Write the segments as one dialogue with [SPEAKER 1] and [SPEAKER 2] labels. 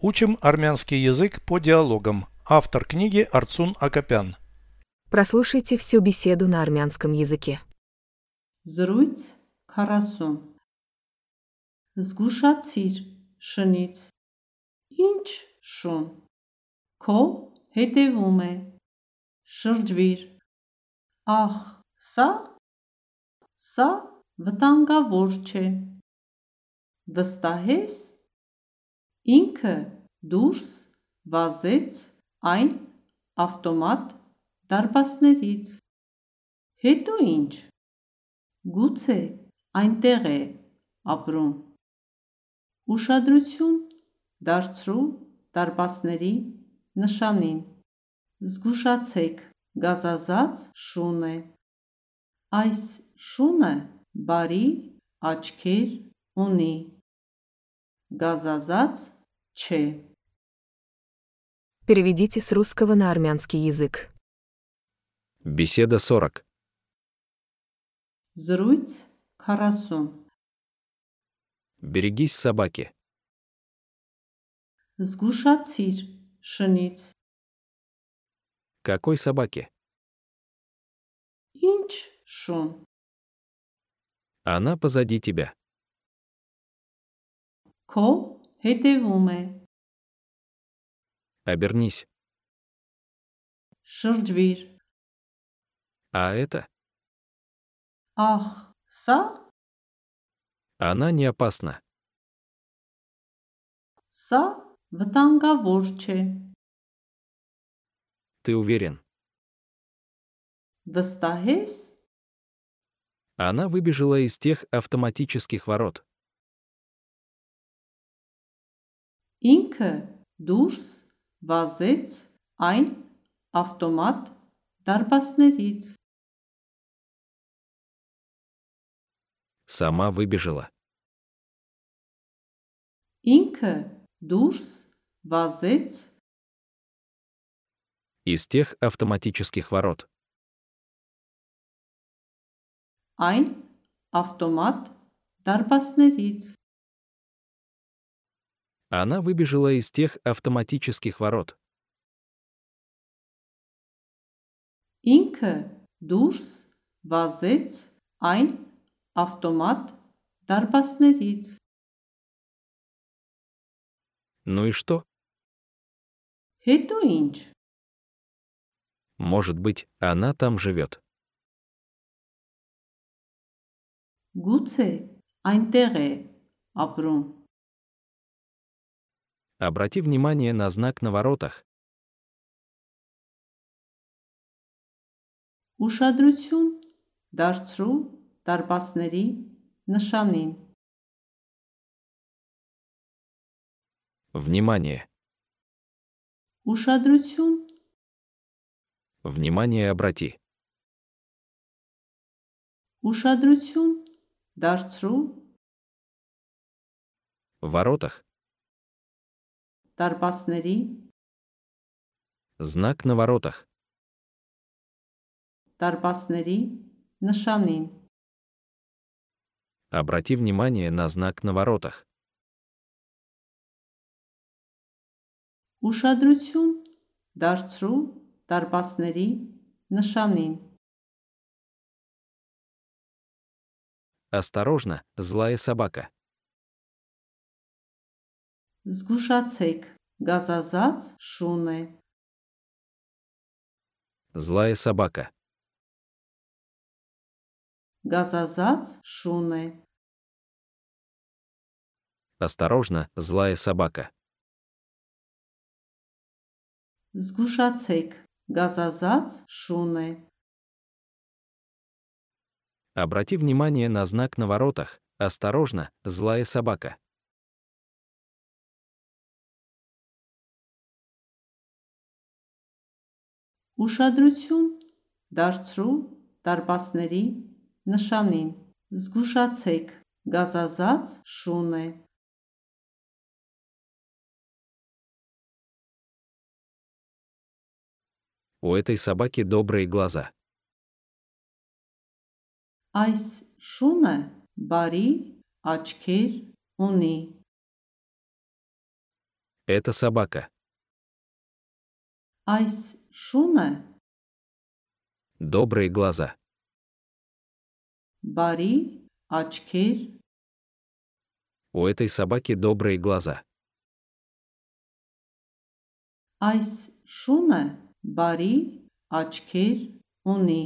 [SPEAKER 1] Учим армянский язык по диалогам. Автор книги Арцун Акопян.
[SPEAKER 2] Прослушайте всю беседу на армянском языке.
[SPEAKER 3] Զրույց 40 Զգուշացիր շնից Ինչ շուն Քո հետևում է Շրջվիր Ախ, սա սա վտանգավոր չէ Վստահես Ինքը դուրս վազեց այն ավտոմատ դարպասներից Հետո ինչ Գուցե այնտեղ է ապրում։ Ուշադրություն դարձրու դարպասների նշանին։ Զգուշացեք, գազազած շուն է։ Այս շունը բարի աչքեր ունի։ Գազազած չէ։
[SPEAKER 2] Переведите с русского на армянский язык.
[SPEAKER 4] Беседа 40.
[SPEAKER 3] Զրույց 40։
[SPEAKER 4] Берегись собаки.
[SPEAKER 3] Զգուշացիր շնից։
[SPEAKER 4] Какой собаки?
[SPEAKER 3] Ինչ շուն։
[SPEAKER 4] Она позади тебя.
[SPEAKER 3] Քո հետևում է։
[SPEAKER 4] Обернись.
[SPEAKER 3] Շրջվիր։
[SPEAKER 4] А это?
[SPEAKER 3] Ախ, սա
[SPEAKER 4] Она не опасна.
[SPEAKER 3] Սա վտանգավոր չէ։
[SPEAKER 4] Ты уверен?
[SPEAKER 3] Վստահես,
[SPEAKER 4] Она выбежала из тех автоматических ворот.
[SPEAKER 3] ինքը դուրս վազեց այն ավտոմատ դարպասներից։
[SPEAKER 4] Сама выбежала.
[SPEAKER 3] Ինքը դուրս վազեց
[SPEAKER 4] Из тех автоматических ворот.
[SPEAKER 3] այն ավտոմատ դարպասներից։
[SPEAKER 4] Она выбежала из тех автоматических ворот.
[SPEAKER 3] Ինքը դուրս վազեց այն ավտոմատ դարպասներից։
[SPEAKER 4] Ну и что?
[SPEAKER 3] Հետո ինչ։
[SPEAKER 4] Может быть, она там живет.
[SPEAKER 3] Գուցե այնտեղ է ապրում։
[SPEAKER 4] Обрати внимание на знак на воротах.
[SPEAKER 3] Ուշադրություն դարձրու դարպասների նշանին։
[SPEAKER 4] Внимание.
[SPEAKER 3] Ուշադրություն
[SPEAKER 4] Внимание обрати.
[SPEAKER 3] ուշադրություն դարձրու
[SPEAKER 4] В воротах.
[SPEAKER 3] դարպասների
[SPEAKER 4] Знак на воротах.
[SPEAKER 3] դարպասների նշանին։
[SPEAKER 4] Обрати внимание на знак на воротах.
[SPEAKER 3] Ուշադրություն դարձրու դարպասների նշանին։
[SPEAKER 4] Осторожно, злая собака.
[SPEAKER 3] Զգուշացեք, գազազած շուն է։
[SPEAKER 4] Злая собака.
[SPEAKER 3] Գազազած շուն է։
[SPEAKER 4] Осторожно, злая собака.
[SPEAKER 3] Զգուշացեք, գազազած շուն է։
[SPEAKER 4] Обрати внимание на знак на воротах. Осторожно, злая собака.
[SPEAKER 3] Ուշադրություն դարձրու դարպասների նշանին։ Զգուշացեք, գազազած շուն է։
[SPEAKER 4] У этой собаки добрые глаза.
[SPEAKER 3] Այս շունը բարի աչքեր ունի։
[SPEAKER 4] Это собака.
[SPEAKER 3] Այս շունը
[SPEAKER 4] Добрые глаза.
[SPEAKER 3] բարի աչքեր,
[SPEAKER 4] У этой собаки добрые глаза.
[SPEAKER 3] այս շունը բարի աչքեր ունի։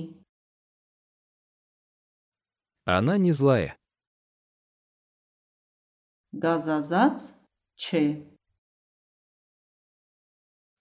[SPEAKER 4] Она не злая.
[SPEAKER 3] Գազազած չէ։